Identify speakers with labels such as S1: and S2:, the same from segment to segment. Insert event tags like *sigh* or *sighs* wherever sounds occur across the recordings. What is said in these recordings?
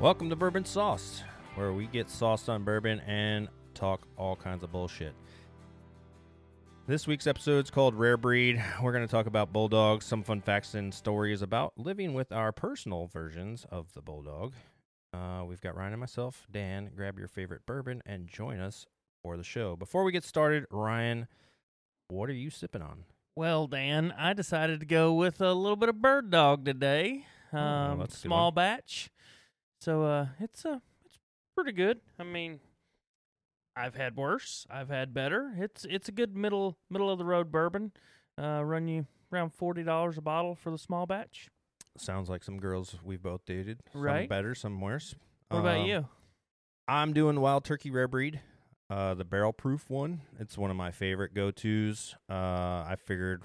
S1: Welcome to Bourbon Sauce, where we get sauced on bourbon and talk all kinds of bullshit. This week's episode is called Rare Breed. We're going to talk about bulldogs, some fun facts and stories about living with our personal versions of the bulldog. Uh, we've got Ryan and myself. Dan, grab your favorite bourbon and join us for the show. Before we get started, Ryan, what are you sipping on?
S2: Well, Dan, I decided to go with a little bit of bird dog today. Um,
S1: Oh, that's a good
S2: small
S1: one.
S2: batch. So uh, it's uh, it's pretty good. I mean, I've had worse. I've had better. It's it's a good middle middle of the road bourbon. Uh, run you around forty dollars a bottle for the small batch.
S1: Sounds like some girls we've both dated. Some
S2: Right.
S1: better, some worse.
S2: What about
S1: Um,
S2: you?
S1: I'm doing Wild Turkey Rare Breed, uh, the barrel proof one. It's one of my favorite go tos. Uh, I figured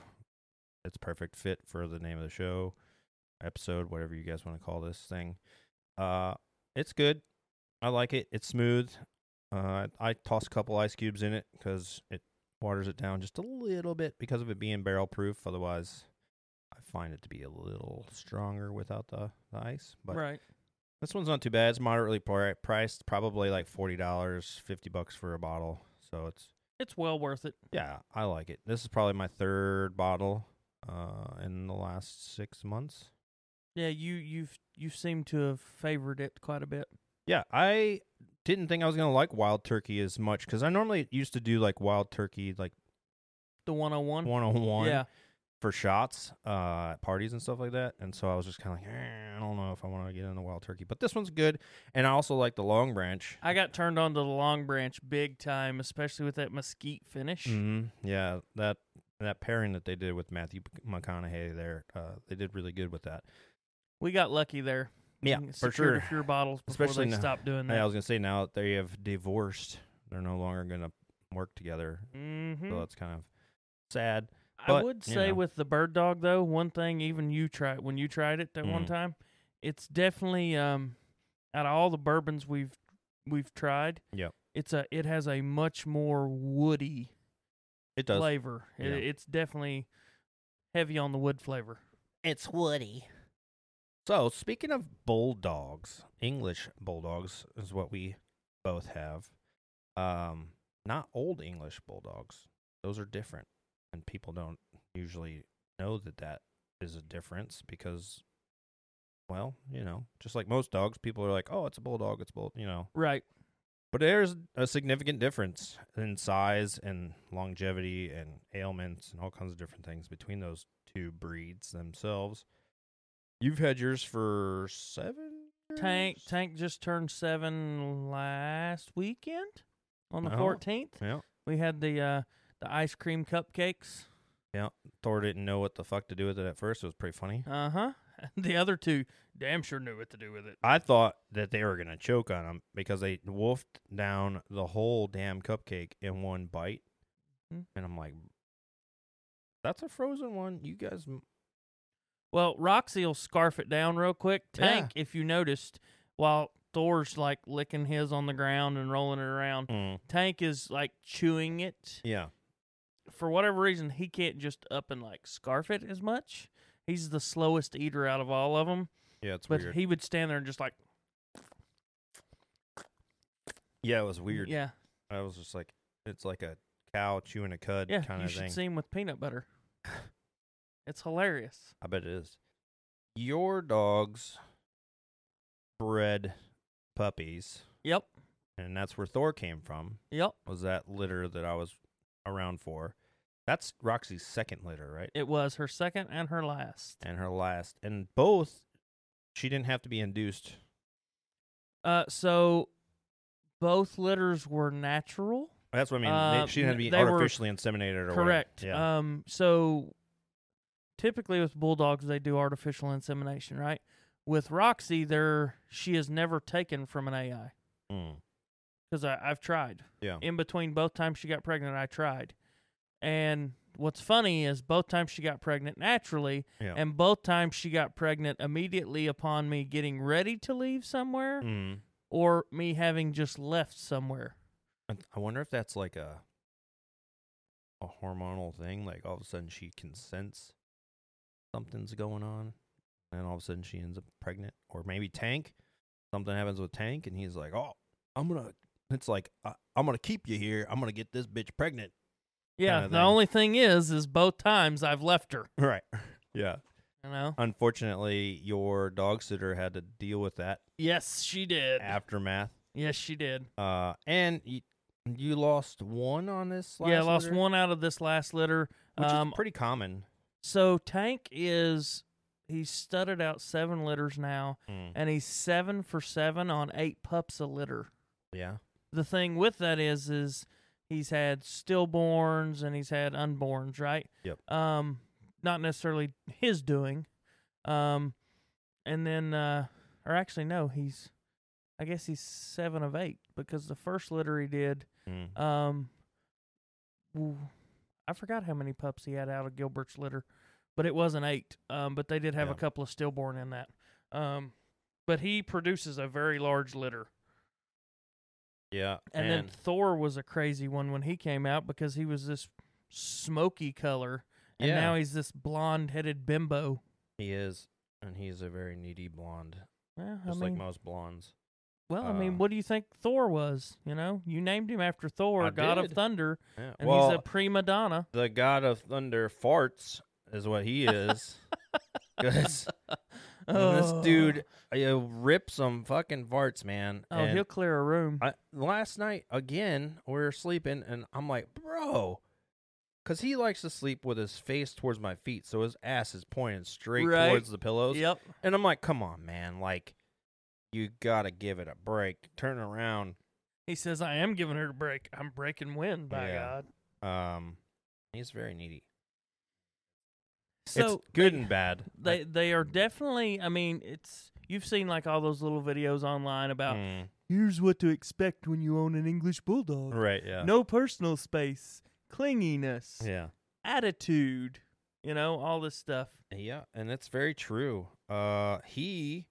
S1: it's perfect fit for the name of the show, episode, whatever you guys want to call this thing. Uh, it's good. I like it. It's smooth. Uh, I toss a couple ice cubes in it because it waters it down just a little bit because of it being barrel proof. Otherwise, I find it to be a little stronger without the, the ice. But
S2: Right.
S1: this one's not too bad. It's moderately pri- priced, probably like forty dollars, fifty bucks for a bottle. So it's
S2: It's well worth it.
S1: yeah, I like it. This is probably my third bottle uh, in the last six months.
S2: Yeah, you you've you seem to have favored it quite a bit.
S1: Yeah, I didn't think I was gonna like wild turkey as much because I normally used to do like wild turkey like
S2: The one on one.
S1: one on one
S2: Mm. Yeah.
S1: for shots uh, at parties and stuff like that. And so I was just kind of like, "Eh, I don't know if I want to get into wild turkey, but this one's good. And I also like the long branch.
S2: I got turned on to the long branch big time, especially with that mesquite finish.
S1: hmm Yeah, that that pairing that they did with Matthew McConaughey there, uh, they did really good with that.
S2: We got lucky there.
S1: Yeah,
S2: Mm,
S1: for
S2: secured
S1: sure.
S2: A few bottles before
S1: Especially
S2: they
S1: now.
S2: stopped doing
S1: Hey, I
S2: that.
S1: was gonna say now that they have divorced, they're no longer gonna work together.
S2: hmm
S1: So that's kind of sad.
S2: I
S1: but,
S2: would
S1: you
S2: say
S1: know.
S2: with the bird dog though, one thing even you tried when you tried it that one
S1: Mhm.
S2: time, it's definitely um, out of all the bourbons we've we've tried.
S1: Yep.
S2: It's a it has a much more woody
S1: It does.
S2: flavor. I-
S1: Yeah.
S2: it's definitely heavy on the wood flavor.
S1: It's woody. So speaking of bulldogs, English bulldogs is what we both have. Um, not old English bulldogs; those are different, and people don't usually know that that is a difference because, well, you know, just like most dogs, people are like, "Oh, it's a bulldog, it's bull," you know.
S2: Right.
S1: But there's a significant difference in size and longevity and ailments and all kinds of different things between those two breeds themselves. You've had yours for seven
S2: Tank
S1: years?
S2: Tank just turned seven last weekend on the
S1: Oh.
S2: fourteenth.
S1: Yeah.
S2: We had the uh, the ice cream cupcakes.
S1: Thor didn't know what the fuck to do with it at first. It was pretty funny.
S2: Uh huh. *laughs* The other two damn sure knew what to do with it.
S1: I thought that they were going to choke on him because they wolfed down the whole damn cupcake in one bite.
S2: Hmm.
S1: And I'm like, that's a frozen one. You guys. m-
S2: Well, Roxy will scarf it down real quick.
S1: Yeah.
S2: Tank, if you noticed, while Thor's like licking his on the ground and rolling it around, Tank is like chewing it.
S1: Mm. Yeah.
S2: For whatever reason, he can't just up and like scarf it as much. He's the slowest eater out of all of them,
S1: Yeah, it's
S2: but
S1: weird.
S2: he would stand there and just like
S1: yeah, it was weird.
S2: Yeah,
S1: I was just like, it's like a cow chewing a cud
S2: yeah.
S1: kind
S2: you
S1: of
S2: should
S1: thing.
S2: see him with
S1: *sighs*
S2: peanut butter. it's hilarious.
S1: I bet it is. Your dogs bred puppies,
S2: Yep,
S1: and that's where Thor came from.
S2: yep.
S1: Was that litter that I was around for? That's Roxy's second litter, right?
S2: It was her second and her last.
S1: And her last, and both, she didn't have to be induced.
S2: Uh, so both litters were natural.
S1: That's what I mean.
S2: Uh,
S1: they, she didn't have to
S2: n-
S1: be
S2: they were-
S1: artificially inseminated or whatever.
S2: Correct.
S1: Yeah.
S2: Um, so typically with bulldogs, they do artificial insemination, right? With Roxy, there she is never taken from an AI
S1: Mm.
S2: because I've tried.
S1: Yeah.
S2: In between both times she got pregnant, I tried. And what's funny is both times she got pregnant naturally,
S1: Yeah.
S2: and both times she got pregnant immediately upon me getting ready to leave somewhere
S1: Mm.
S2: or me having just left somewhere.
S1: I I wonder if that's like a a hormonal thing. Like all of a sudden she can sense something's going on, and all of a sudden she ends up pregnant, or maybe Tank something happens with Tank, and he's like, "Oh, I'm gonna." It's like I, I'm gonna keep you here. I'm gonna get this bitch pregnant. *laughs*
S2: Yeah.
S1: kinda
S2: the
S1: thing.
S2: only thing is, is both times I've left her.
S1: Right. Yeah.
S2: You know.
S1: Unfortunately, your dog sitter had to deal with that
S2: Yes, she did.
S1: aftermath.
S2: yes, she did.
S1: Uh, and you, you lost one on this. Last
S2: yeah, lost
S1: litter?
S2: one out of this last litter.
S1: which
S2: um,
S1: is pretty common.
S2: so Tank is he's studded out seven litters now, and he's seven for seven on eight pups a litter.
S1: Yeah.
S2: the thing with that is is he's had stillborns and he's had unborns, right?
S1: Yep.
S2: Um, not necessarily his doing. Um, and then uh, or actually no, he's I guess he's seven of eight because the first litter he did,
S1: Mm.
S2: um, w- I forgot how many pups he had out of Gilbert's litter, but it wasn't eight. Um, but they did have a
S1: Yeah.
S2: couple of stillborn in that. Um, but he produces a very large litter.
S1: Yeah.
S2: And then Thor was a crazy one when he came out because he was this smoky color, and
S1: Yeah.
S2: now he's this blonde-headed bimbo.
S1: he is, and he's a very needy blonde,
S2: Well, I
S1: just
S2: mean,
S1: like most blondes.
S2: well, I
S1: uh,
S2: mean, what do you think Thor was? You know, you named him after Thor,
S1: I
S2: god of
S1: did.
S2: thunder,
S1: Yeah.
S2: and
S1: well,
S2: he's a prima donna.
S1: the god of thunder farts is what he
S2: *laughs*
S1: is. 'Cause this
S2: Oh.
S1: dude uh, rips some fucking farts, man.
S2: Oh,
S1: and
S2: he'll clear a room.
S1: I, last night again, we were sleeping, and I'm like, bro, because he likes to sleep with his face towards my feet, so his ass is pointing straight
S2: Right.
S1: towards the pillows.
S2: yep.
S1: And I'm like, come on, man, like, you gotta give it a break. Turn around.
S2: He says, "I am giving her a break. I'm breaking wind, by
S1: Yeah.
S2: God."
S1: Um, he's very needy.
S2: So
S1: it's good and
S2: *laughs*
S1: bad.
S2: they they are definitely. I mean, it's you've seen like all those little videos online about
S1: Mm,
S2: here's what to expect when you own an English bulldog.
S1: right? Yeah.
S2: no personal space, clinginess,
S1: Yeah.
S2: attitude, you know, all this stuff.
S1: Yeah, and it's very true. Uh, he,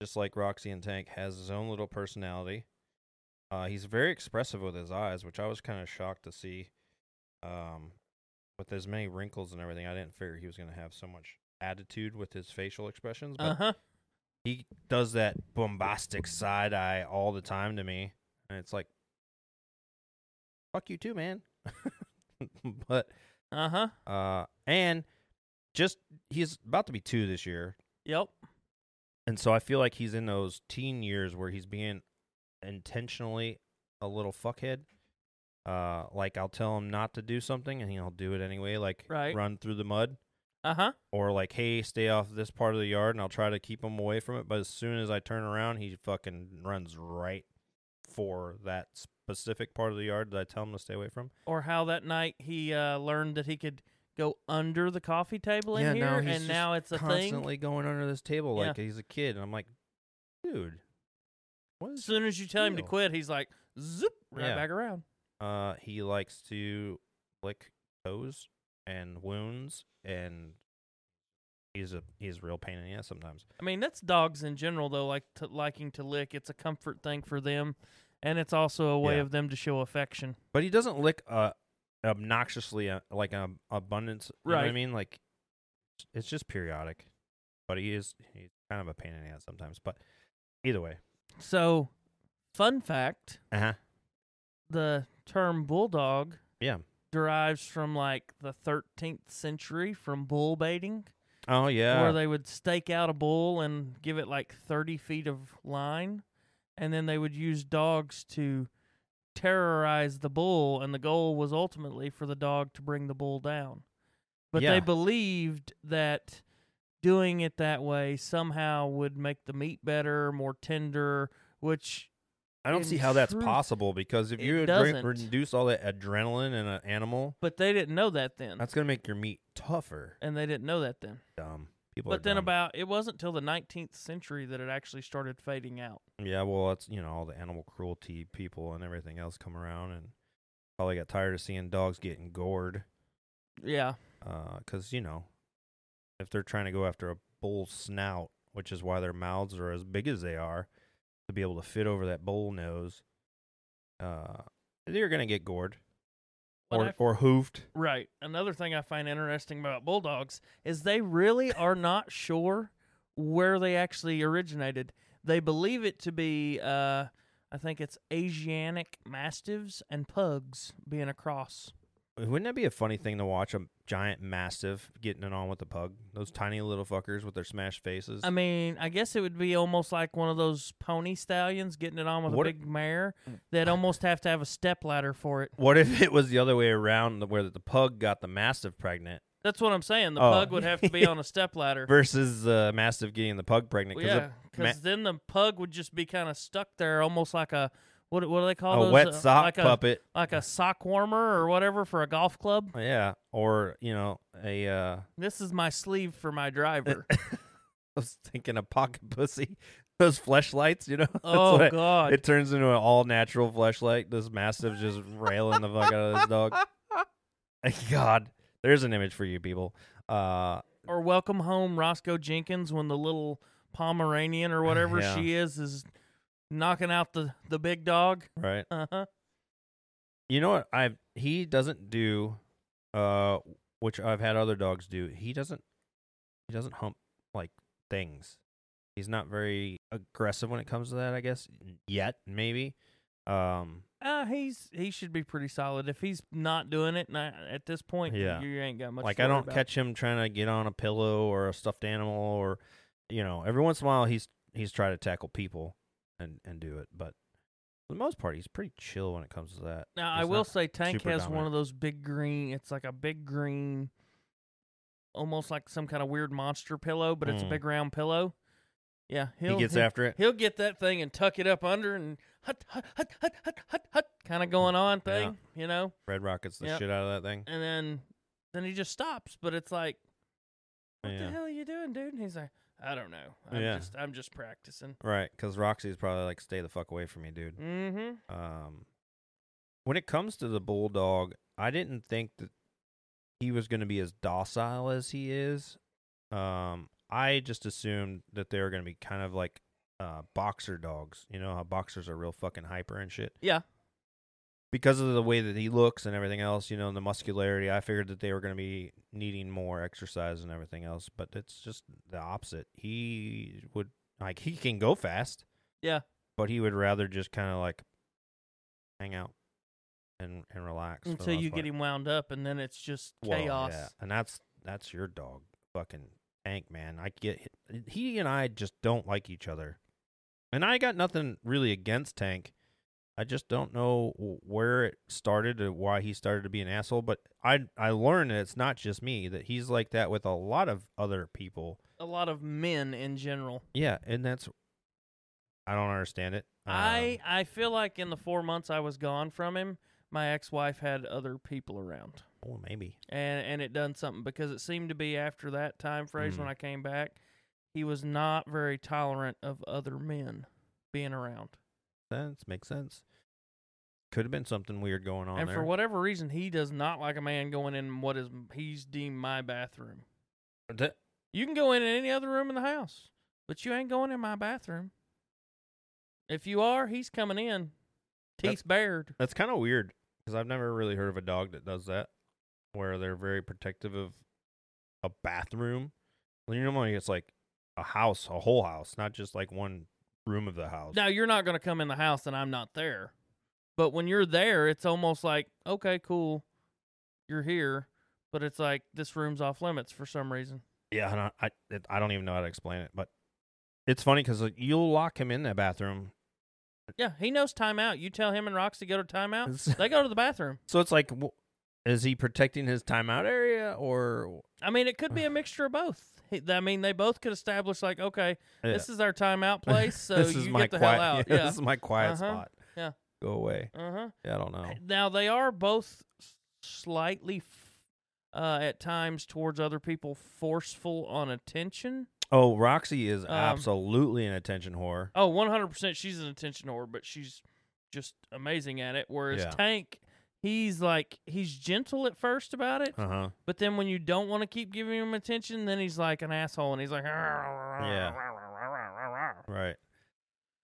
S1: just like Roxy and Tank, has his own little personality. Uh, he's very expressive with his eyes, which I was kind of shocked to see. Um, with as many wrinkles and everything, I didn't figure he was gonna have so much attitude with his facial expressions, but
S2: Uh huh.
S1: he does that bombastic side eye all the time to me, and it's like, fuck you too, man. *laughs* but
S2: Uh huh.
S1: uh, and just he's about to be two this year,
S2: Yep.
S1: and so I feel like he's in those teen years where he's being intentionally a little fuckhead. Uh, like I'll tell him not to do something, and he'll do it anyway. Like
S2: Right.
S1: run through the mud,
S2: Uh huh.
S1: or like, hey, stay off this part of the yard, and I'll try to keep him away from it. But as soon as I turn around, he fucking runs right for that specific part of the yard that I tell him to stay away from.
S2: Or how that night he uh, learned that he could go under the coffee table in
S1: Yeah,
S2: here,
S1: now he's
S2: and
S1: just
S2: now it's a thing.
S1: Constantly going under this table
S2: Yeah.
S1: like he's a kid, and I'm like, dude, what
S2: As
S1: is
S2: soon as you tell him to
S1: Ew.
S2: quit, he's like, zoop, right
S1: Yeah.
S2: back around.
S1: Uh, he likes to lick toes and wounds, and he's a he's a real pain in the ass sometimes.
S2: I mean, that's dogs in general, though, like to, liking to lick. It's a comfort thing for them, and it's also a way
S1: Yeah.
S2: of them to show affection.
S1: But he doesn't lick uh obnoxiously uh, like an abundance. You know what I
S2: Right.
S1: mean, like it's just periodic. But he is he's kind of a pain in the ass sometimes. But either way,
S2: So, fun fact
S1: uh huh.
S2: the term bulldog
S1: Yeah.
S2: derives from like the 13th century from bull baiting
S1: Oh yeah.
S2: where they would stake out a bull and give it like 30 feet of line and then they would use dogs to terrorize the bull and the goal was ultimately for the dog to bring the bull down but
S1: Yeah.
S2: they believed that doing it that way somehow would make the meat better more tender which
S1: I don't
S2: in
S1: see how that's
S2: truth,
S1: possible because if
S2: it
S1: you adre-
S2: doesn't.
S1: reduce all that adrenaline in an animal,
S2: but they didn't know that then
S1: that's gonna make your meat tougher.
S2: and they didn't know that then
S1: Dumb people. are
S2: But um, then
S1: dumb.
S2: about it wasn't till the 19th century that it actually started fading out.
S1: Yeah, well, that's you know all the animal cruelty people and everything else come around, and probably got tired of seeing dogs getting gored,
S2: Yeah.
S1: because uh, you know if they're trying to go after a bull's snout, which is why their mouths are as big as they are to be able to fit over that bull nose, uh, they're gonna get gored
S2: What
S1: or
S2: I-
S1: or hoofed.
S2: Right. Another thing I find interesting about bulldogs is they really are not sure where they actually originated. They believe it to be, uh, I think it's Asiatic mastiffs and pugs being a cross.
S1: Wouldn't that be a funny thing to watch a giant mastiff getting it on with a pug? Those tiny little fuckers with their smashed faces.
S2: I mean, I guess it would be almost like one of those pony stallions getting it on with
S1: What-
S2: a big mare. They'd almost have to have a step ladder for it.
S1: what if it was the other way around, the- where the pug got the mastiff pregnant
S2: That's what I'm saying. The
S1: Oh.
S2: pug would have to be
S1: *laughs*
S2: on a step ladder.
S1: versus the mastiff getting the pug pregnant?
S2: Well,
S1: 'cause
S2: yeah,
S1: ma-
S2: because then the pug would just be kind of stuck there, almost like a what? What do they
S1: a,
S2: call
S1: a
S2: those?
S1: wet
S2: Uh,
S1: sock
S2: like a,
S1: puppet.
S2: like a sock warmer or whatever for a golf club.
S1: Yeah, or you know, a uh, *laughs*
S2: This is my sleeve for my driver.
S1: I was thinking a pocket *laughs* pussy, those fleshlights. You know, *laughs* That's
S2: oh
S1: what it-
S2: God!
S1: it turns into an all natural fleshlight. This mastiff's just railing the fuck out of this
S2: *laughs*
S1: dog. God, there's an image for you people. Uh,
S2: or welcome home Roscoe Jenkins when the little Pomeranian or whatever
S1: yeah.
S2: she is is knocking out the the big dog.
S1: right.
S2: Uh huh.
S1: You know what? I he doesn't do, uh, which I've had other dogs do. He doesn't. He doesn't hump like things. He's not very aggressive when it comes to that. I guess yet maybe. Um,
S2: Uh, he's he should be pretty solid if he's not doing it. And I, at this point,
S1: Yeah.
S2: you, you ain't got much.
S1: like
S2: to
S1: I
S2: worry
S1: don't
S2: about.
S1: catch him trying to get on a pillow or a stuffed animal or, you know, every once in a while he's he's trying to tackle people and and do it, but for the most part he's pretty chill when it comes to that.
S2: Now I
S1: He's
S2: will
S1: not
S2: say Tank
S1: super
S2: has one
S1: dominant.
S2: of those big green. It's like a big green, almost like some kind of weird monster pillow, but it's a
S1: Mm.
S2: big round pillow. Yeah, he'll
S1: he gets
S2: he'll,
S1: after it.
S2: he'll get that thing and tuck it up under and hut hut hut hut hut hut hut kind of going on
S1: Mm. Yeah.
S2: thing, you know.
S1: Red Rockets the
S2: Yep.
S1: shit out of that thing.
S2: And then then he just stops, but it's like, what the
S1: Yeah.
S2: hell are you doing, dude? And he's like, I don't know. I'm
S1: Yeah.
S2: just I'm just practicing.
S1: Right, because Roxy's probably like, stay the fuck away from me, dude.
S2: Mm-hmm.
S1: Um, when it comes to the bulldog, I didn't think that he was going to be as docile as he is. Um, I just assumed that they were going to be kind of like uh, boxer dogs. You know how boxers are real fucking hyper and shit.
S2: Yeah.
S1: Because of the way that he looks and everything else, you know, and the muscularity, I figured that they were going to be needing more exercise and everything else. But it's just the opposite. He would like he can go fast.
S2: Yeah.
S1: But he would rather just kind of like hang out and and relax for the
S2: Until
S1: most
S2: you get
S1: part.
S2: him wound up and then it's just
S1: Well,
S2: chaos.
S1: yeah, and that's that's your dog, fucking Tank man. I get he and I just don't like each other, and I got nothing really against Tank. I just don't know wh- where it started or why he started to be an asshole. But I I learned that it's not just me that he's like that with a lot of other people.
S2: A lot of men in general.
S1: Yeah, and that's I don't understand it. Um,
S2: I I feel like in the four months I was gone from him, my ex wife had other people around,
S1: Um, well maybe
S2: and and it done something because it seemed to be after that time phrase when
S1: Mm.
S2: I came back, he was not very tolerant of other men being around,
S1: sense makes sense. Could have been something weird going on
S2: and
S1: there.
S2: for whatever reason, he does not like a man going in what is he's deemed my bathroom.
S1: Th-
S2: You can go in any other room in the house, but you ain't going in my bathroom. If you are, he's coming in,
S1: That's-
S2: teeth bared.
S1: That's kind of weird because I've never really heard of a dog that does that, where they're very protective of a bathroom. Well, you normally it's like a house, a whole house, not just like one room of the house.
S2: Now you're not going to come in the house and I'm not there. But when you're there, it's almost like, okay, cool. You're here, but it's like this room's off limits for some reason.
S1: Yeah, and I I, it, I don't even know how to explain it, but it's funny because like, you'll lock him in that bathroom.
S2: Yeah, he knows timeout. You tell him and Roxy go to timeout.
S1: It's- *laughs*
S2: They go to the bathroom.
S1: so it's like, w- is he protecting his timeout area or?
S2: I mean, it could be a mixture of both. He- I mean, they both could establish like, okay,
S1: Yeah.
S2: this is
S1: *laughs*
S2: our timeout place, so
S1: this
S2: you
S1: is
S2: get
S1: my
S2: the
S1: quiet. *laughs*
S2: hell out.
S1: yeah,
S2: Yeah.
S1: this is my quiet
S2: Uh-huh.
S1: spot.
S2: Yeah.
S1: go away.
S2: uh huh.
S1: Yeah, I don't know.
S2: Now they are both slightly, f- uh, at times towards other people, forceful on attention.
S1: Oh, Roxy is
S2: Um,
S1: absolutely an attention whore.
S2: Oh, 100% she's an attention whore, but she's just amazing at it. Whereas
S1: Yeah.
S2: Tank, he's like, he's gentle at first about it,
S1: Uh huh.
S2: but then when you don't want to keep giving him attention, then he's like an asshole and he's like, yeah.
S1: Right.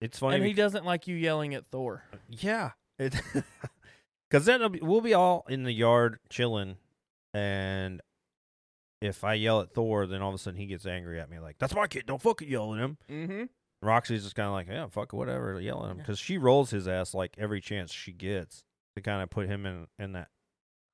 S1: It's funny.
S2: And he
S1: bec-
S2: doesn't like you yelling at Thor.
S1: yeah. It *laughs* because then it'll be, we'll be all in the yard chilling, and if I yell at Thor, then all of a sudden he gets angry at me, like, that's my kid. Don't fucking yell at him.
S2: Mm-hmm.
S1: Roxy's just kind of like, yeah, fuck, whatever, yell at him. Because she rolls his ass like every chance she gets to kind of put him in, in that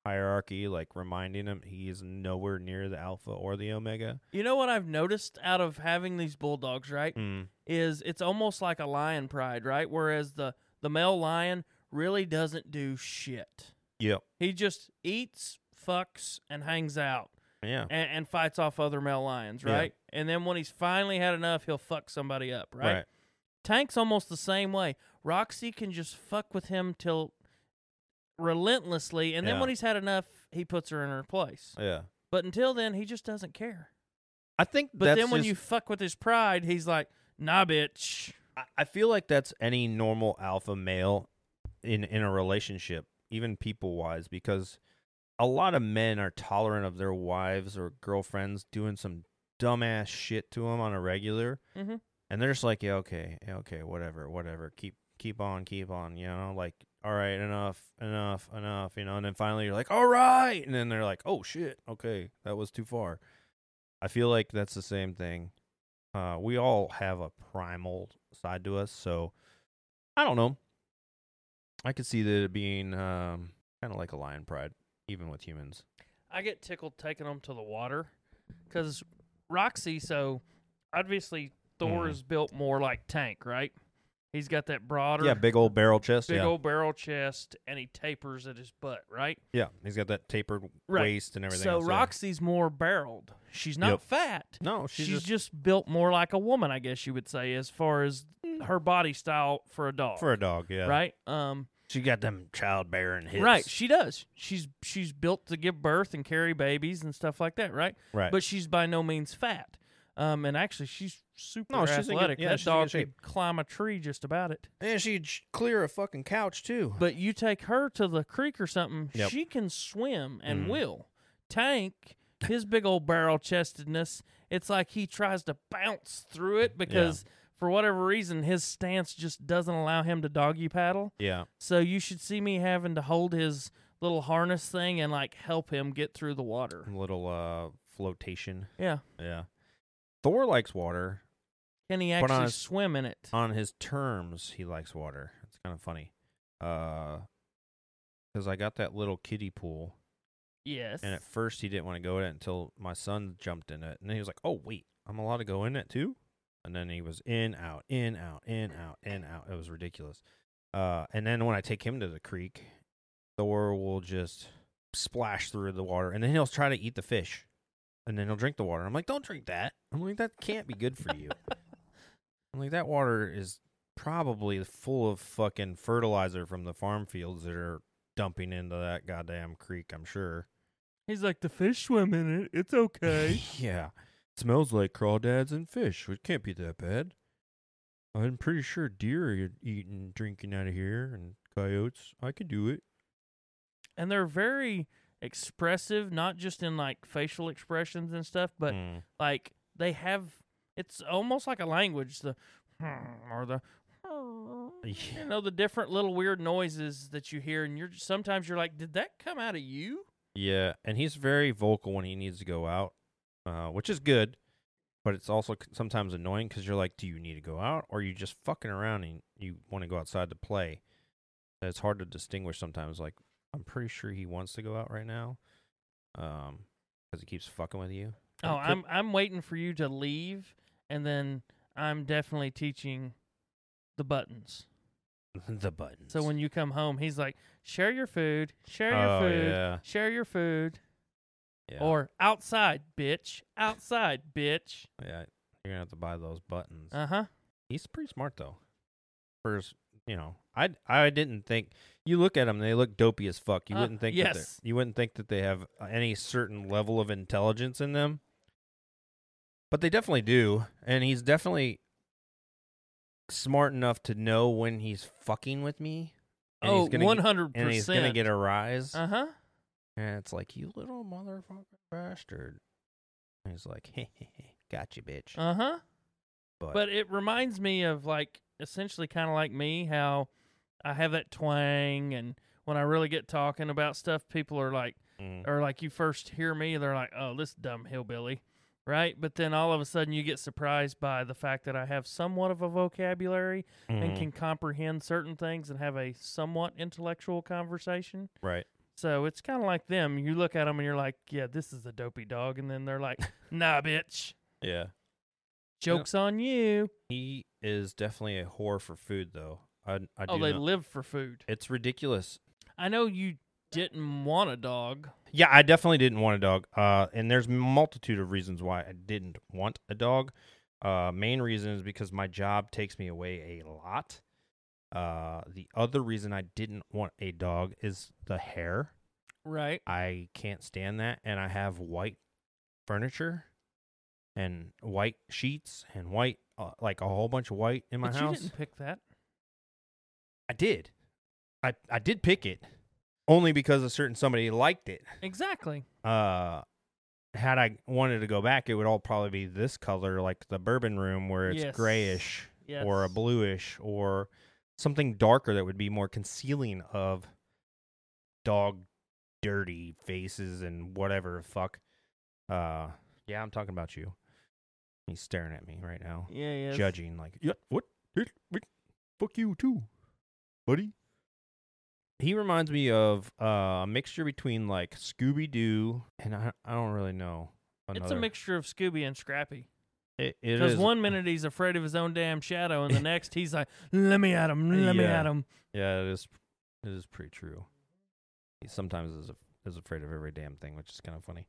S1: hierarchy, like reminding him he is nowhere near the alpha or the omega.
S2: You know what I've noticed out of having these bulldogs, right?
S1: Mm.
S2: Is it's almost like a lion pride, right? Whereas the the male lion really doesn't do shit.
S1: Yep.
S2: He just eats, fucks, and hangs out.
S1: Yeah.
S2: and, and fights off other male lions,
S1: Yeah.
S2: right? And then when he's finally had enough, he'll fuck somebody up, right?
S1: Right.
S2: Tank's almost the same way. Roxy can just fuck with him till relentlessly, and then
S1: Yeah.
S2: when he's had enough, he puts her in her place.
S1: Yeah.
S2: But until then, he just doesn't care.
S1: I think
S2: But
S1: that's
S2: then when
S1: just-
S2: you fuck with his pride, he's like, "Nah, bitch."
S1: I- I feel like that's any normal alpha male in in a relationship, even people wise, because a lot of men are tolerant of their wives or girlfriends doing some dumbass shit to them on a regular,
S2: Mhm.
S1: and they're just like, yeah, okay, yeah, okay, whatever, whatever, keep keep on, keep on, you know, like. All right, enough, enough, enough, you know, and then finally you're like, all right, and then they're like, oh shit, okay, that was too far. I feel like that's the same thing uh, we all have a primal side to us. So I don't know. I could see that it being um, kind of like a lion pride, even with humans.
S2: I get tickled taking them to the water because Roxy. So obviously, Thor
S1: Mhm.
S2: is built more like Tank, right? He's got that broader,
S1: Yeah, big old barrel chest.
S2: big
S1: yeah,
S2: old barrel chest, and he tapers at his butt, right?
S1: yeah. He's got that tapered
S2: Right.
S1: waist and everything.
S2: so
S1: else, yeah.
S2: Roxy's more barreled. She's not
S1: Yep.
S2: fat.
S1: No,
S2: She's,
S1: she's, just,
S2: just, built more like a woman, I guess you would say, as far as her body style for a dog.
S1: for a dog. Yeah,
S2: Right? Um
S1: She got them childbearing hips.
S2: Right, she does. She's she's built to give birth and carry babies and stuff like that, right?
S1: right.
S2: But she's by no means fat. Um and actually she's super
S1: No, she's in good-
S2: athletic.
S1: yeah,
S2: that
S1: she's in good
S2: dog
S1: shape.
S2: could climb a tree just about it.
S1: and she'd sh- clear a fucking couch too.
S2: But you take her to the creek or something,
S1: Yep.
S2: she can swim and
S1: Mhm.
S2: will. Tank, his big old barrel chestedness, it's like he tries to bounce through it because for whatever reason his stance just doesn't allow him to doggy paddle.
S1: yeah,
S2: So you should see me having to hold his little harness thing and like help him get through the water.
S1: little uh flotation.
S2: Yeah.
S1: Yeah. Thor likes water.
S2: Can he
S1: But on
S2: actually
S1: his-
S2: swim in it?
S1: on his terms, he likes water. It's kind of funny. Uh 'cause I got that little kiddie pool,
S2: Yes.
S1: and at first he didn't want to go in it until my son jumped in it, and then he was like, "Oh wait, I'm allowed to go in it too." And then he was in, out, in, out, in, out, in, out. It was ridiculous. Uh, and then when I take him to the creek, Thor will just splash through the water, and then he'll try to eat the fish, and then he'll drink the water. I'm like, "Don't drink that." I'm like, "That can't be good for you." I'm like that water is probably full of fucking fertilizer from the farm fields that are dumping into that goddamn creek, I'm sure.
S2: He's like the fish swim in it. It's okay.
S1: *laughs* yeah. smells like crawdads and fish. It can't be that bad. I'm pretty sure deer are eating, drinking out of here, and coyotes. I could do it.
S2: and they're very expressive, not just in like facial expressions and stuff, but
S1: Mm.
S2: like they have it's almost like a language the *laughs* or the
S1: Yeah.
S2: you know the different little weird noises that you hear and you're sometimes you're like did that come out of you
S1: Yeah, and he's very vocal when he needs to go out, uh, which is good, but it's also c- sometimes annoying because you're like, do you need to go out, or are you just fucking around and you want to go outside to play? And It's hard to distinguish sometimes. Like, I'm pretty sure he wants to go out right now, um, because he keeps fucking with you. *laughs* But
S2: oh
S1: it could-
S2: i'm i'm waiting for you to leave and then i'm definitely teaching the buttons
S1: the buttons.
S2: so when you come home he's like share your food share your
S1: oh
S2: food
S1: yeah,
S2: share your food
S1: yeah,
S2: or outside bitch outside bitch
S1: yeah, you're gonna have to buy those buttons.
S2: uh-huh
S1: He's pretty smart though. For his, you know, I I didn't think you look at them; they look dopey as fuck. You
S2: Uh,
S1: wouldn't think that
S2: yes.
S1: they're- you wouldn't think that they have uh, any certain level of intelligence in them, but they definitely do. And he's definitely smart enough to know when he's fucking with me. And
S2: oh
S1: he's gonna get-
S2: 100%
S1: and he's gonna get a rise.
S2: uh-huh
S1: And it's like you little motherfucking bastard. And he's like, hey, hey, hey, gotcha, bitch.
S2: uh-huh
S1: but,
S2: But it reminds me of like essentially kind of like me how I have that twang and when I really get talking about stuff people are like
S1: Mhm.
S2: or like you first hear me, they're like, "Oh, this dumb hillbilly," right? But then all of a sudden, you get surprised by the fact that I have somewhat of a vocabulary and
S1: Mhm.
S2: can comprehend certain things and have a somewhat intellectual conversation.
S1: right.
S2: So it's kind of like them. You look at them and you're like, "Yeah, this is a dopey dog," and then they're like, "Nah, bitch,
S1: Yeah.
S2: jokes on you."
S1: He is definitely a whore for food, though. I, I
S2: oh,
S1: do
S2: they
S1: not-
S2: live for food.
S1: it's ridiculous.
S2: I know you didn't want a dog.
S1: Yeah, I definitely didn't want a dog. Uh, and there's multitude of reasons why I didn't want a dog. Uh, main reason is because my job takes me away a lot. Uh, the other reason I didn't want a dog is the hair.
S2: Right.
S1: I can't stand that, and I have white furniture and white sheets and white, uh, like a whole bunch of white in my
S2: but
S1: house.
S2: you didn't pick that.
S1: I did. I I did pick it only because a certain somebody liked it.
S2: Exactly.
S1: Uh had I wanted to go back, it would all probably be this color like the bourbon room where it's
S2: Yes.
S1: grayish
S2: Yes.
S1: or a bluish or something darker that would be more concealing of dog dirty faces and whatever the fuck. Uh yeah, I'm talking about you. He's staring at me right now
S2: Yeah. Yes.
S1: judging like yeah what It- what? fuck you too buddy he reminds me of uh, a mixture between like scooby-doo and i, I don't really know
S2: It's a
S1: another-
S2: mixture of Scooby and Scrappy.
S1: it, it
S2: Because
S1: is
S2: one minute he's afraid of his own damn shadow,
S1: *laughs*
S2: and the next he's like, "Let me at him, let me
S1: Yeah.
S2: at him."
S1: yeah it is it is pretty true he sometimes is, af is afraid of every damn thing which is kind of funny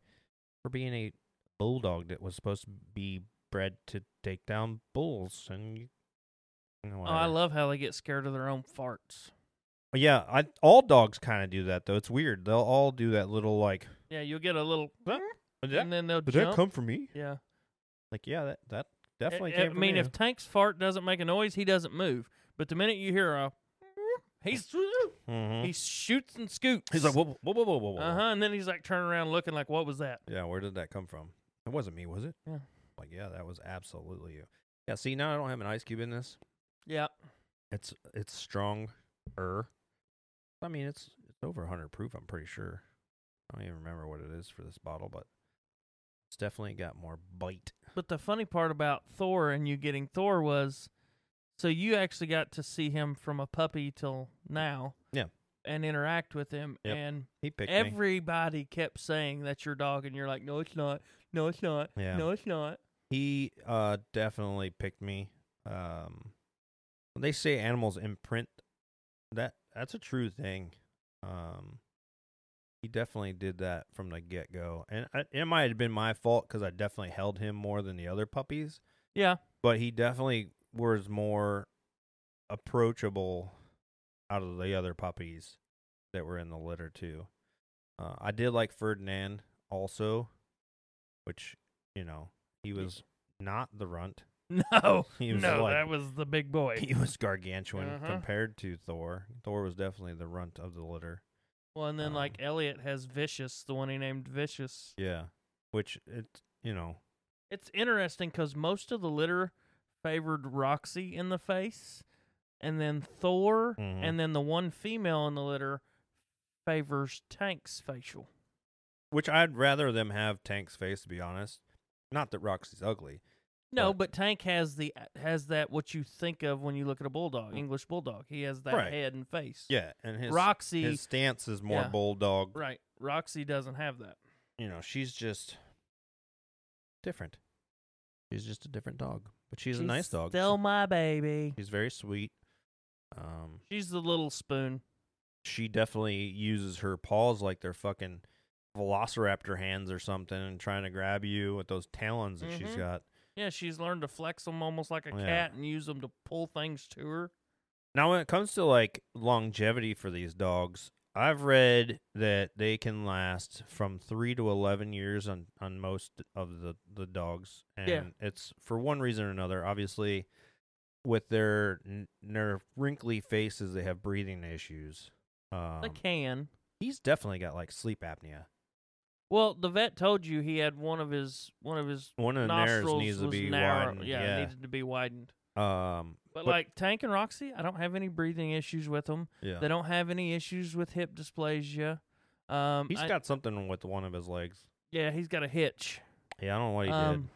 S1: for being a bulldog that was supposed to be bred to take down bulls and you you know,
S2: Oh, I
S1: whatever.
S2: love how they get scared of their own farts.
S1: Yeah, I, all dogs kind of do that though. It's weird. They'll all do that little like.
S2: Yeah, you'll get a little,
S1: Huh? Did that,
S2: and then they'll
S1: did that
S2: jump.
S1: come from me?
S2: yeah,
S1: Like, yeah, that that
S2: I-
S1: definitely
S2: Eh, I,
S1: came from
S2: mean,
S1: you.
S2: if Tank's fart doesn't make a noise, he doesn't move. But the minute you hear a, he's
S1: Mhm.
S2: he shoots and scoots.
S1: he's like, whoa, whoa, whoa, whoa, whoa, whoa.
S2: uh huh, and then he's like turning around looking like, "What was that?"
S1: Yeah, where did that come from? It wasn't me, was it?
S2: Yeah.
S1: Like, yeah, that was absolutely you. Yeah. See, now I don't have an ice cube in this.
S2: Yeah,
S1: It's it's strong. Er. I mean, it's it's over 100 proof. I'm pretty sure. I don't even remember what it is for this bottle, but it's definitely got more bite.
S2: But the funny part about Thor and you getting Thor was, so you actually got to see him from a puppy till now.
S1: Yeah.
S2: And interact with him,
S1: Yep.
S2: and
S1: He picked me.
S2: everybody kept saying that's your dog, and you're like, no, it's not, no, it's not,
S1: Yeah.
S2: no, it's not.
S1: He uh definitely picked me. Um they say animals imprint that that's a true thing. Um he definitely did that from the get-go. And I, it might have been my fault cuz I definitely held him more than the other puppies,
S2: Yeah, *laughs*
S1: but he definitely was more approachable out of the other puppies that were in the litter too. Uh, I did like Ferdinand also, which, you know, he was not the runt. *laughs*
S2: no,
S1: He was
S2: no,
S1: like-
S2: that was the big boy.
S1: *laughs* He was gargantuan
S2: Uh-huh.
S1: compared to Thor. Thor was definitely the runt of the litter.
S2: Well, and then like
S1: Um,
S2: Elliot has Vicious, the one he named Vicious.
S1: Yeah. Which it you know,
S2: It's interesting because most of the litter favored Roxy in the face, and then Thor,
S1: Mhm.
S2: and then the one female in the litter favors Tank's facial.
S1: which I'd rather them have Tank's face to be honest. Not that Roxy's ugly.
S2: No,
S1: Right.
S2: but Tank has the has that what you think of when you look at a bulldog, English bulldog. He has that
S1: Mm. Right.
S2: head and face.
S1: Yeah, and his
S2: Roxy,
S1: his stance is more
S2: Yeah.
S1: bulldog
S2: right? Roxy doesn't have that.
S1: you know, she's just different. She's just a different dog, but she's, a nice dog.
S2: Still my baby.
S1: she's very sweet. Um,
S2: She's the little spoon.
S1: she definitely uses her paws like they're fucking velociraptor hands or something, and trying to grab you with those talons that she's
S2: Mhm.
S1: got.
S2: Yeah, she's learned to flex them almost like a
S1: Oh, Yeah.
S2: cat and use them to pull things to her.
S1: Now, when it comes to like longevity for these dogs, I've read that they can last from three to eleven years on on most of the the dogs, and
S2: Yeah.
S1: it's for one reason or another. Obviously, with their n- their wrinkly faces, they have breathing issues. Um,
S2: they can.
S1: he's definitely got like sleep apnea.
S2: Well, the vet told you he had one of his one of his
S1: One of the nares
S2: nostrils
S1: needs to
S2: was
S1: be
S2: narrow.
S1: widened.
S2: Yeah,
S1: Yeah,
S2: needed to be widened.
S1: um,
S2: But,
S1: But-
S2: like Tank and Roxy, I don't have any breathing issues with them.
S1: yeah.
S2: They don't have any issues with hip dysplasia. Um,
S1: He's
S2: I-
S1: got something with one of his legs.
S2: yeah, he's got a hitch.
S1: Yeah, I don't know what he
S2: um,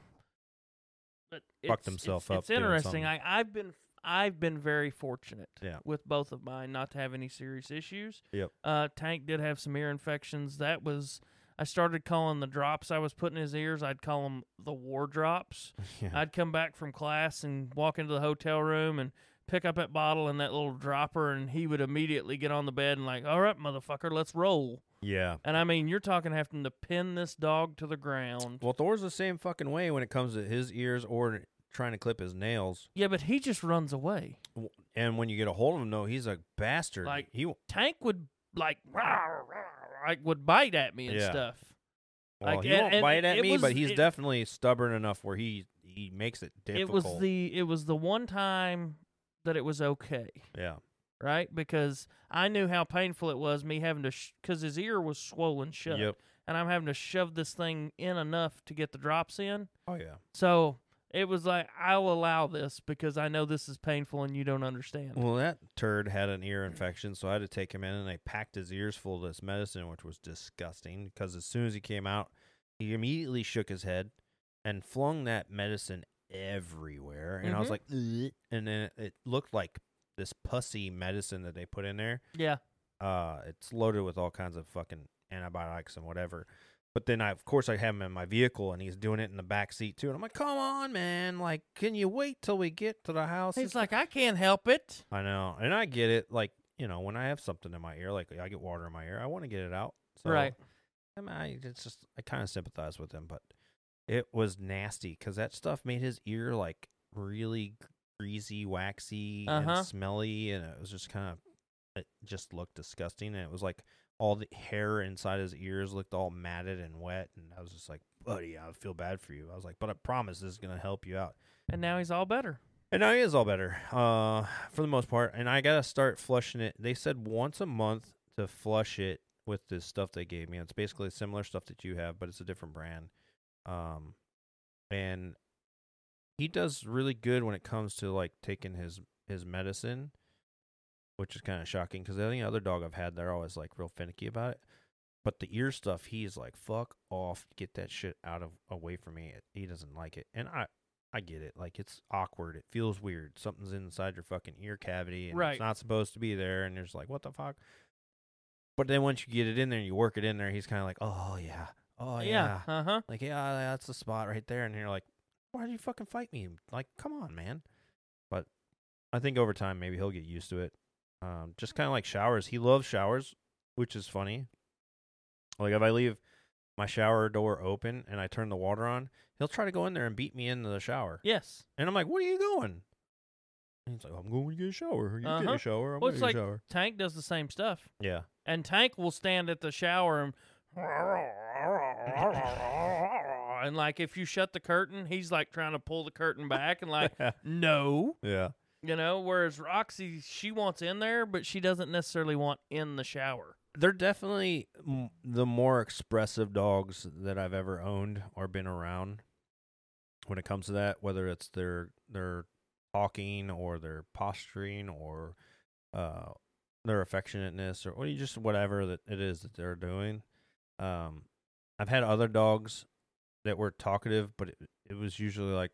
S2: but it's-
S1: himself
S2: it's,
S1: up
S2: It's
S1: doing
S2: interesting.
S1: something.
S2: I, I've been I've been very fortunate
S1: Yeah.
S2: with both of mine not to have any serious issues.
S1: Yep.
S2: Uh, Tank did have some ear infections. That was I started calling the drops I was putting in his ears. I'd call them the war drops.
S1: did. *laughs* Yeah.
S2: I'd come back from class and walk into the hotel room and pick up that bottle and that little dropper, and he would immediately get on the bed and like, all right, motherfucker, let's roll.
S1: yeah.
S2: And I mean, you're talking having to pin this dog to the ground.
S1: Well, Thor's the same fucking way when it comes to his ears or trying to clip his nails.
S2: Yeah, but he just runs away.
S1: W- And when you get a hold of him, though, he's a bastard.
S2: Like-
S1: he, well,
S2: Tank would like rawr, rawr, like would bite at me and
S1: Yeah.
S2: stuff. like,
S1: he
S2: and-
S1: won't
S2: and
S1: bite at
S2: it
S1: me,
S2: was-
S1: but he's
S2: it-
S1: definitely stubborn enough where he he makes it difficult.
S2: It was the it was the one time that it was okay,
S1: yeah,
S2: right? Because I knew how painful it was me having to because his ear was swollen shut,
S1: yep.
S2: and I'm having to shove this thing in enough to get the drops in.
S1: Oh yeah,
S2: So it was like I'll allow this because I know this is painful and you don't understand.
S1: Well, that turd had an ear infection, so I had to take him in, and they packed his ears full of this medicine, which was disgusting. Because as soon as he came out, he immediately shook his head and flung that medicine everywhere, and I was
S2: Mhm.
S1: like, "Ugh." and then it, it looked like this pussy medicine that they put in there.
S2: yeah,
S1: Uh, it's loaded with all kinds of fucking antibiotics and whatever. But then I, of course, I have him in my vehicle, and he's doing it in the back seat too. And I'm like, "Come on, man! Like, can you wait till we get to the house?"
S2: he's like I can't help it.
S1: I know, and I get it. Like you know, when I have something in my ear, like I get water in my ear, I want to get it out. So,
S2: Right.
S1: I, mean, I it's just I kind of sympathize with him, but it was nasty because that stuff made his ear like really greasy, waxy,
S2: Uh-huh.
S1: and smelly, and it was just kind of it just looked disgusting, and it was like all the hair inside his ears looked all matted and wet, and I was just like, buddy, I feel bad for you. I was like, but I promise this is gonna help you out.
S2: And now he's all better.
S1: And now he is all better, uh, for the most part. And I gotta start flushing it. They said once a month to flush it with this stuff they gave me. It's basically similar stuff that you have, but it's a different brand. Um, and he does really good when it comes to like taking his his medicine, which is kind of shocking because any other dog I've had, they're always like real finicky about it. But the ear stuff, he's like, "Fuck off, get that shit out of away from me." He doesn't like it, and I I get it. Like it's awkward. It feels weird. Something's inside your fucking ear cavity and
S2: Right.
S1: it's not supposed to be there and you're just like, what the fuck? But then once you get it in there and you work it in there, he's kinda like, Oh yeah. Oh yeah.
S2: yeah. Uh huh.
S1: Like, yeah, that's the spot right there and you're like, Why do you fucking fight me? Like, come on, man. But I think over time maybe he'll get used to it. Um, just kinda like showers. He loves showers, which is funny. Like if I leave my shower door open and I turn the water on, he'll try to go in there and beat me into the shower.
S2: Yes.
S1: And I'm like, "Where are you going?" And he's like, "I'm going to get a shower. You get
S2: Uh-huh.
S1: a shower. I'm
S2: Well,
S1: going
S2: it's
S1: to
S2: like-
S1: get a shower."
S2: Tank does the same stuff.
S1: Yeah,
S2: And Tank will stand at the shower and *laughs* and like if you shut the curtain, he's like trying to pull the curtain back and like no,
S1: *laughs* yeah,
S2: you know. Whereas Roxy, she wants in there, but she doesn't necessarily want in the shower.
S1: they're definitely m- the more expressive dogs that I've ever owned or been around. When it comes to that, whether it's their their talking or their posturing or uh, their affectionateness or or you just whatever that it is that they're doing. Um, I've had other dogs that were talkative, but it, it was usually like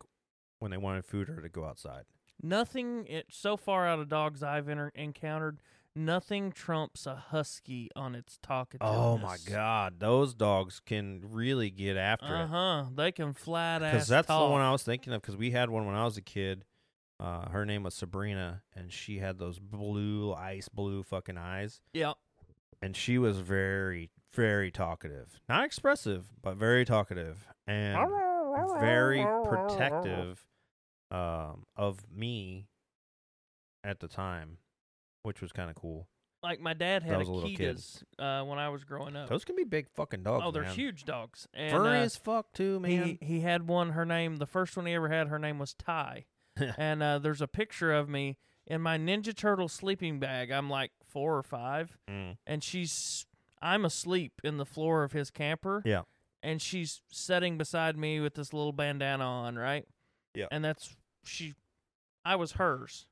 S1: when they wanted food or to go outside.
S2: Nothing it, so far out of dogs I've enter, encountered, nothing trumps a husky on its talkativeness.
S1: Oh my god, those dogs can really get after
S2: Uh
S1: it.
S2: huh. They can flat ass.
S1: Because that's the one
S2: talk.
S1: I was thinking of. Because we had one when I was a kid. Uh, her name was Sabrina, and she had those blue, ice blue fucking eyes.
S2: Yeah.
S1: And she was very, very talkative. Not expressive, but very talkative and very protective um, of me at the time, which was kind of cool.
S2: Like my dad
S1: I
S2: had
S1: was a little kid.
S2: Akitas uh, when I was growing up.
S1: Those can be big fucking dogs.
S2: oh, they're
S1: man.
S2: huge dogs. And,
S1: Furry
S2: uh,
S1: as fuck too, man.
S2: he he had one. Her name, the first one he ever had, her name
S1: *laughs*
S2: was Ty. and uh, there's a picture of me in my Ninja Turtle sleeping bag. I'm like four or five,
S1: *laughs* Mm.
S2: and she's I'm asleep in the floor of his camper.
S1: Yeah.
S2: and she's sitting beside me with this little bandana on, right?
S1: Yeah.
S2: and that's she. I was hers.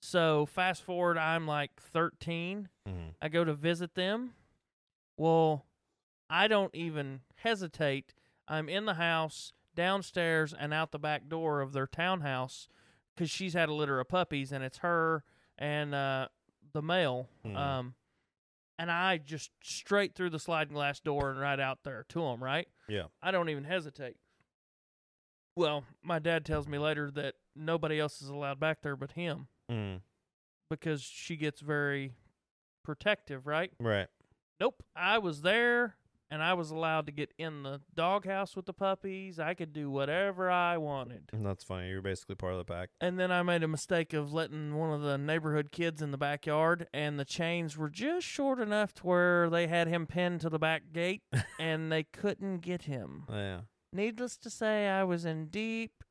S2: So fast forward, I'm like 13.
S1: Mm.
S2: I go to visit them, Well, I don't even hesitate. I'm in the house, downstairs, and out the back door of their townhouse because she's had a litter of puppies, and it's her and uh, the male.
S1: Mhm.
S2: Um, and I just straight through the sliding glass door and right out there to them, right?
S1: Yeah.
S2: I don't even hesitate. Well, my dad tells me later that nobody else is allowed back there but him
S1: Mm,
S2: because she gets very protective, right?
S1: right.
S2: Nope. I was there and I was allowed to get in the doghouse with the puppies. I could do whatever I wanted.
S1: And That's funny. You're basically part of the pack.
S2: And then I made a mistake of letting one of the neighborhood kids in the backyard, and the chains were just short enough to where they had him pinned to the back gate
S1: *laughs*
S2: and they couldn't get him.
S1: Yeah.
S2: Needless to say, I was in deep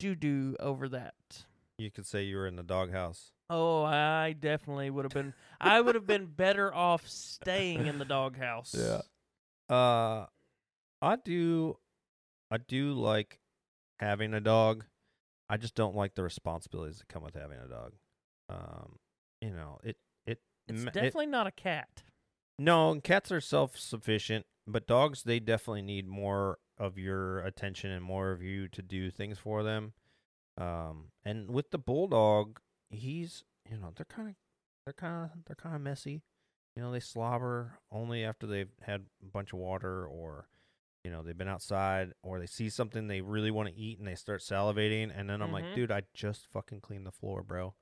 S2: doo doo over that.
S1: You could say you were in the doghouse.
S2: Oh, I definitely would have been. I would
S1: *laughs*
S2: have been better off staying in the doghouse.
S1: Yeah. Uh, I do, I do like having a dog. I just don't like the responsibilities that come with having a dog. Um, you know, it it
S2: It's
S1: ma- it-
S2: definitely not a cat.
S1: No, and cats are self sufficient, but dogs they definitely need more of your attention and more of you to do things for them. Um, and with the bulldog, he's you know they're kind of they're kind of they're kind of messy. You know they slobber only after they've had a bunch of water or you know they've been outside or they see something they really want to eat and they start salivating and then I'm
S2: Mhm.
S1: like, dude, I just fucking cleaned the floor, bro.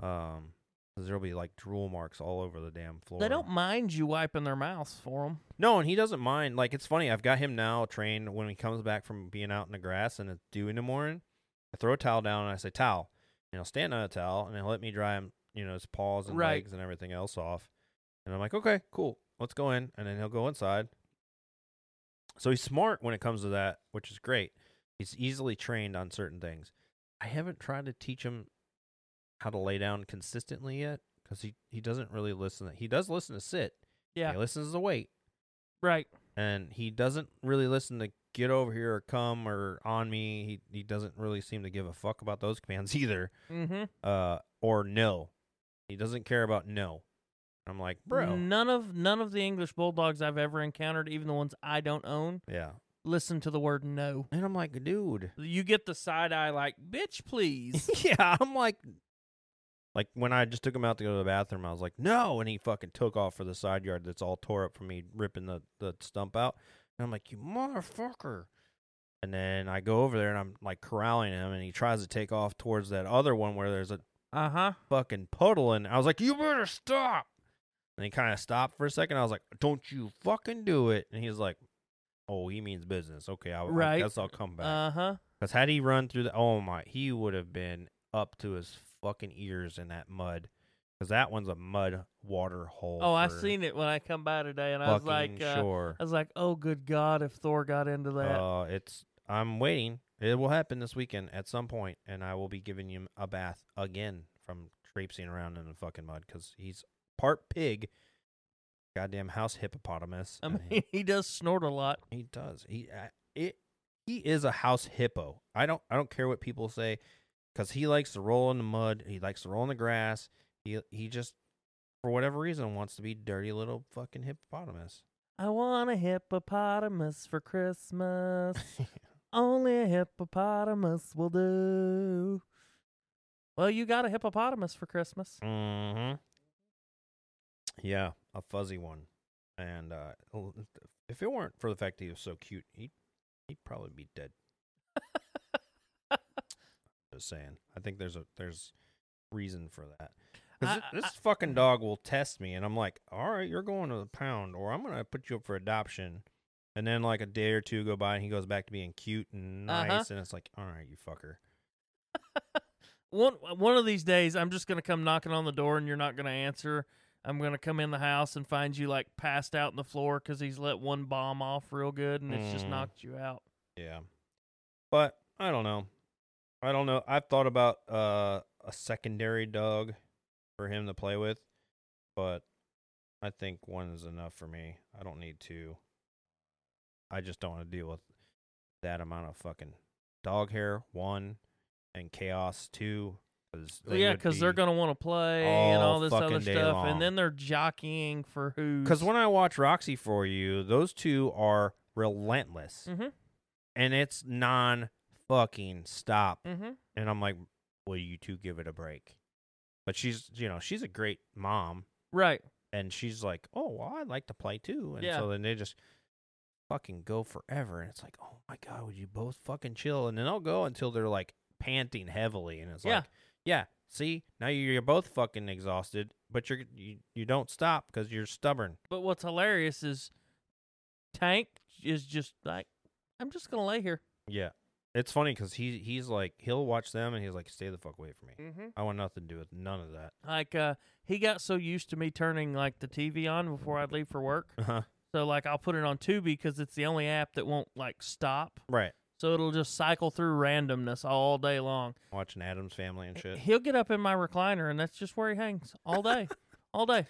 S1: Um, 'cause there'll be like drool marks all over the damn floor.
S2: They don't mind you wiping their mouths for them.
S1: No, and he doesn't mind. Like it's funny. I've got him now trained when he comes back from being out in the grass and it's dew in the morning. I throw a towel down and I say towel, and he'll stand on a towel and he'll let me dry him. You know his paws and
S2: Right.
S1: legs and everything else off. And I'm like, okay, cool, let's go in. And then he'll go inside. So he's smart when it comes to that, which is great. He's easily trained on certain things. I haven't tried to teach him how to lay down consistently yet because he, he doesn't really listen. He does listen to sit.
S2: Yeah.
S1: He listens to wait
S2: Right.
S1: and he doesn't really listen to get over here or come or on me. He he doesn't really seem to give a fuck about those commands *laughs* either.
S2: Mm-hmm.
S1: Uh or no. He doesn't care about no. I'm like, bro.
S2: None of none of the English bulldogs I've ever encountered, even the ones I don't own,
S1: Yeah.
S2: listen to the word no.
S1: And I'm like, dude.
S2: You get the side eye like, bitch,
S1: *laughs*
S2: please.
S1: yeah, I'm like like when I just took him out to go to the bathroom, I was like, no, and he fucking took off for the side yard that's all tore up from me ripping the, the stump out. And I'm like, you motherfucker. And then I go over there and I'm like corralling him and he tries to take off towards that other one where there's a
S2: uh huh.
S1: fucking puddle and I was like, You better stop And he kinda stopped for a second. I was like, Don't you fucking do it and he's like, Oh, he means business. Okay, I, I
S2: Right.
S1: guess I'll come back.
S2: Uh huh.
S1: Because had he run through the, oh my, he would have been up to his fucking ears in that mud. Because that one's a mud water hole.
S2: Oh, I
S1: for
S2: seen it when I come by today, and I was
S1: Fucking
S2: like, uh,
S1: sure.
S2: I was like, oh, good God, if Thor got into that.
S1: Uh, it's. I'm waiting. It will happen this weekend at some point, and I will be giving him a bath again from traipsing around in the fucking mud because he's part pig, goddamn house hippopotamus.
S2: I
S1: and
S2: mean, *laughs*
S1: he-
S2: he does snort a lot.
S1: He does. He I, it he is a house hippo. I don't I don't care what people say cuz he likes to roll in the mud, he likes to roll in the grass. He he just for whatever reason wants to be dirty little fucking hippopotamus.
S2: I want a hippopotamus for Christmas. Only a hippopotamus will do. Well, you got a hippopotamus for Christmas.
S1: mhm. Yeah, a fuzzy one. And uh l- if it weren't for the fact that he was so cute, he he'd probably be
S2: *laughs*
S1: dead. Just saying. I think there's a there's reason for that. 'Cause
S2: I-
S1: it-
S2: I- mm.
S1: this fucking dog will test me, and I'm like, all right, you're going to the pound, or I'm gonna put you up for adoption. And then like a day or two go by, and he goes back to being cute and
S2: Uh-huh.
S1: nice, and it's like, all right, you fucker.
S2: One one of these days, I'm just gonna come knocking on the door, and you're not gonna answer. I'm gonna come in the house and find you like passed out on the floor because he's let one bomb off real good, and it's just
S1: Mm.
S2: knocked you out.
S1: Yeah, but I don't know. I don't know. I've thought about uh, a secondary dog for him to play with, but I think one is enough for me. I don't need two. I just don't want to deal with that amount of fucking dog hair. One and chaos two. Cause
S2: Well, yeah,
S1: because
S2: because they're gonna want to play and
S1: all
S2: all this other
S1: fucking day
S2: stuff,
S1: long.
S2: and then they're jockeying for who.
S1: Because when I watch Roxy for You, those two are relentless,
S2: Mhm.
S1: and it's non fucking stop.
S2: mm-hmm.
S1: And I'm like, will you two give it a break? But she's, you know, she's a great mom,
S2: right,
S1: and she's like, oh, well, I'd like to play too. And
S2: Yeah.
S1: so then they just fucking go forever, and it's like, oh my god, would you both fucking chill? And then I'll go until they're like panting heavily, and it's
S2: Yeah.
S1: like, yeah, see, now you're both fucking exhausted, but you're you, you don't stop because you're stubborn.
S2: but what's hilarious is Tank is just like, I'm just gonna lay here.
S1: Yeah. It's funny because he, he's like, he'll watch them and he's like, stay the fuck away from me.
S2: Mm-hmm.
S1: I want nothing to do with none of that.
S2: Like, uh, he got so used to me turning like the TV on before I'd leave for work,
S1: Uh-huh.
S2: so like I'll put it on Tubi because it's the only app that won't like stop,
S1: Right.
S2: so it'll just cycle through randomness all day long.
S1: Watching Adam's Family and shit.
S2: He'll get up in my recliner, and that's just where he hangs
S1: *laughs*
S2: all day, all day.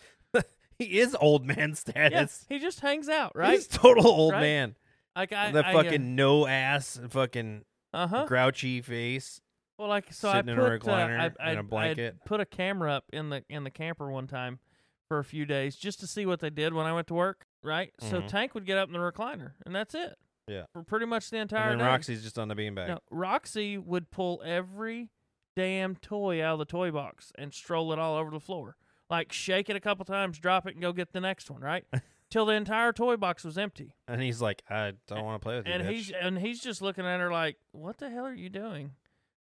S1: he is old man *laughs*
S2: Yes,
S1: status.
S2: he just hangs out, right?
S1: He's total old
S2: Right?
S1: man.
S2: Like I,
S1: the fucking no ass, fucking
S2: uh huh.
S1: grouchy face.
S2: Well, like so,
S1: sitting
S2: I
S1: in a
S2: put uh,
S1: recliner
S2: I,
S1: and a
S2: I- I
S1: blanket.
S2: put a camera up in the in the camper one time for a few days just to see what they did when I went to work. Right, so
S1: Mhm.
S2: Tank would get up in the recliner, and that's it.
S1: Yeah.
S2: for pretty much the entire
S1: And
S2: day.
S1: then Roxy's just on the beanbag.
S2: No, Roxy would pull every damn toy out of the toy box and stroll it all over the floor. Like shake it a couple times, drop it, and go get the next
S1: *laughs*
S2: one. Right, till the entire toy box was empty.
S1: And he's like, I don't want to play with you.
S2: and
S1: bitch."
S2: he's
S1: *laughs*
S2: and he's just looking at her like, "What the hell are you doing?"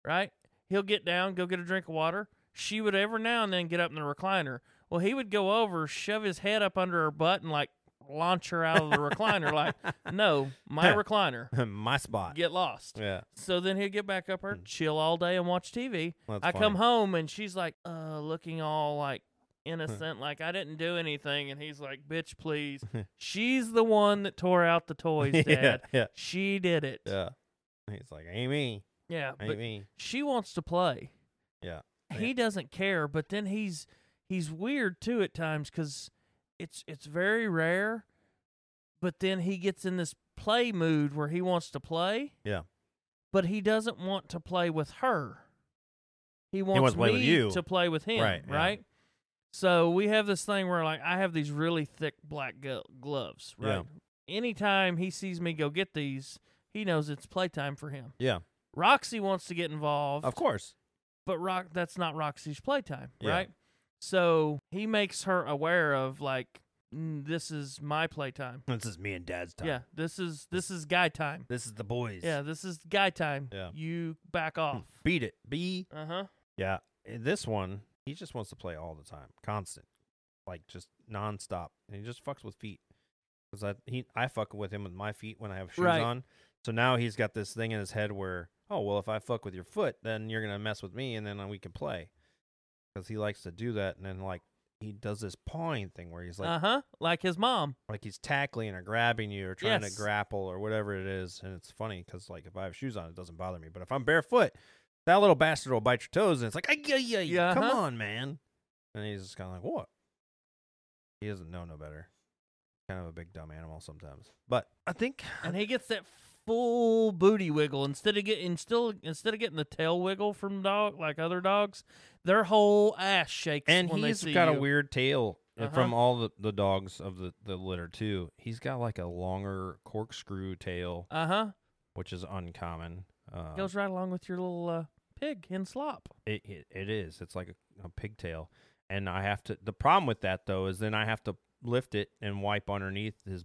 S2: Right? He'll get down, go get a drink of water. She would every now and then get up in the recliner. Well, he would go over, shove his head up under her butt, and like launch her out of the recliner.
S1: *laughs*
S2: Like, no, my recliner.
S1: my spot.
S2: Get lost.
S1: Yeah. Mm.
S2: So then he'd get back up her, chill all day, and watch TV.
S1: That's
S2: I
S1: funny.
S2: come home and she's like, uh, looking all like innocent, like I didn't do anything. And he's like,
S1: *laughs*
S2: bitch, please. she's the one that tore out the toys, Dad.
S1: yeah. Yeah.
S2: She did it. Yeah,
S1: Yeah. He's like, ain't me. Ain't
S2: but
S1: me.
S2: she wants to play.
S1: Yeah,
S2: He doesn't care, but then he's he's weird too at times cuz it's it's very rare. But then he gets in this play mood where he wants to play.
S1: Yeah.
S2: But he doesn't want to play with her. He wants,
S1: wants to play with
S2: me
S1: you.
S2: to play with him,
S1: Right,
S2: right?
S1: yeah.
S2: So we have this thing where like I have these really thick black glo- gloves,
S1: Yeah.
S2: right? Anytime he sees me go get these, he knows it's playtime for him.
S1: Yeah.
S2: Roxy wants to get involved,
S1: Of course.
S2: but Rock that's not Roxy's playtime,
S1: Yeah.
S2: right? So he makes her aware of like "Mm, this is my playtime.
S1: This is me and dad's time.
S2: Yeah, this is this is guy time.
S1: This is the boys.
S2: Yeah, this is guy time.
S1: Yeah.
S2: You back off.
S1: Beat it. Be
S2: uh huh.
S1: Yeah. in This one, he just wants to play all the time, constant, like just nonstop, and he just fucks with feet. Cause I he I fuck with him with my feet when I have shoes
S2: Right.
S1: on. So now he's got this thing in his head where, oh well, if I fuck with your foot, then you're gonna mess with me, and then uh, we can play. Cause he likes to do that, and then like he does this pawing thing where he's like
S2: uh huh. Like his mom.
S1: like he's tackling or grabbing you or trying
S2: Yes.
S1: to grapple or whatever it is, and it's funny because like if I have shoes on, it doesn't bother me, but if I'm barefoot, that little bastard will bite your toes, and it's like, yeah, yeah, yeah,
S2: Yeah,
S1: come
S2: huh?
S1: on, man, and he's just kind of like, what? He doesn't know no better. Kind of a big dumb animal sometimes, but I think
S2: and he gets that full booty wiggle instead of getting still instead of getting the tail wiggle from dog like other dogs, their whole ass shakes.
S1: and
S2: when
S1: he's
S2: they see
S1: got
S2: you.
S1: a weird tail uh,
S2: Uh-huh.
S1: from all the, the dogs of the, the litter too. He's got like a longer corkscrew tail,
S2: Uh huh.
S1: which is uncommon. Uh,
S2: Goes right along with your little uh, pig in slop.
S1: It, it it is. It's like a, a pigtail, and I have to. The problem with that though is then I have to lift it and wipe underneath his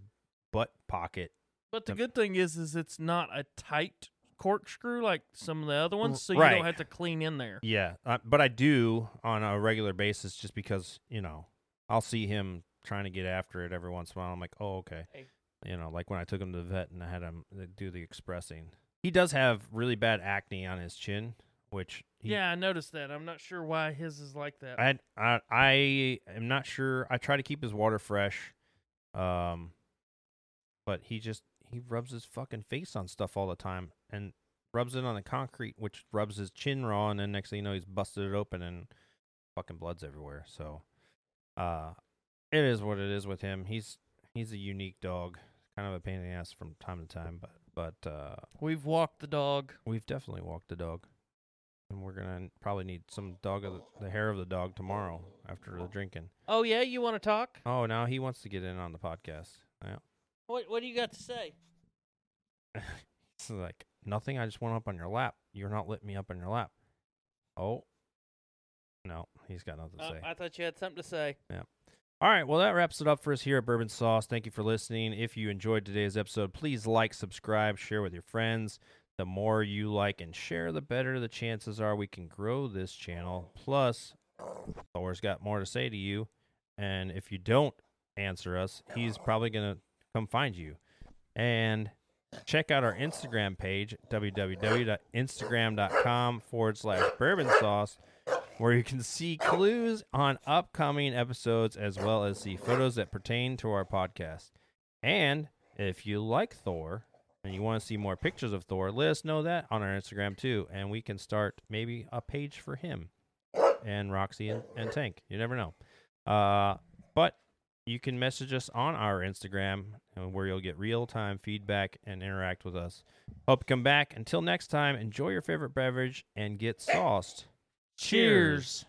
S1: butt pocket.
S2: But the
S1: Um,
S2: good thing is, is it's not a tight corkscrew like some of the other ones, so you
S1: right.
S2: don't have to clean in there.
S1: Yeah, uh, but I do on a regular basis just because you know I'll see him trying to get after it every once in a while. I'm like, oh okay,
S2: Hey.
S1: you know, like when I took him to the vet and I had him uh, do the expressing. He does have really bad acne on his chin, which he
S2: yeah, I noticed that. I'm not sure why his is like that.
S1: I, I I am not sure. I try to keep his water fresh, um, but he just he rubs his fucking face on stuff all the time and rubs it on the concrete, which rubs his chin raw, and then next thing you know, he's busted it open and fucking blood's everywhere. So, uh, it is what it is with him. He's he's a unique dog, kind of a pain in the ass from time to time, but but uh,
S2: We've walked the dog.
S1: we've definitely walked the dog. and we're gonna probably need some dog of the, the hair of the dog tomorrow after the drinking.
S2: Oh yeah, you want to talk?
S1: Oh, now he wants to get in on the podcast. Yeah,
S2: What What do you got to say?
S1: it's like nothing. I just went up on your lap. You're not letting me up on your lap. Oh, no, he's got nothing to
S2: Uh,
S1: say.
S2: I thought you had something to say.
S1: All right, well, that wraps it up for us here at Bourbon Sauce. Thank you for listening. If you enjoyed today's episode, please like, subscribe, share with your friends. The more you like and share, the better the chances are we can grow this channel. Plus, Thor's got more to say to you. And if you don't answer us, he's probably going to come find you. And check out our Instagram page, www.instagram.com forward slash bourbon sauce where you can see clues on upcoming episodes as well as see photos that pertain to our podcast. And if you like Thor and you want to see more pictures of Thor, let us know that on our Instagram too, and we can start maybe a page for him and Roxy and, and Tank. You never know. Uh, but you can message us on our Instagram uh, where you'll get real time feedback and interact with us. Hope you come back. Until next time, enjoy your favorite beverage and get sauced.
S2: Cheers.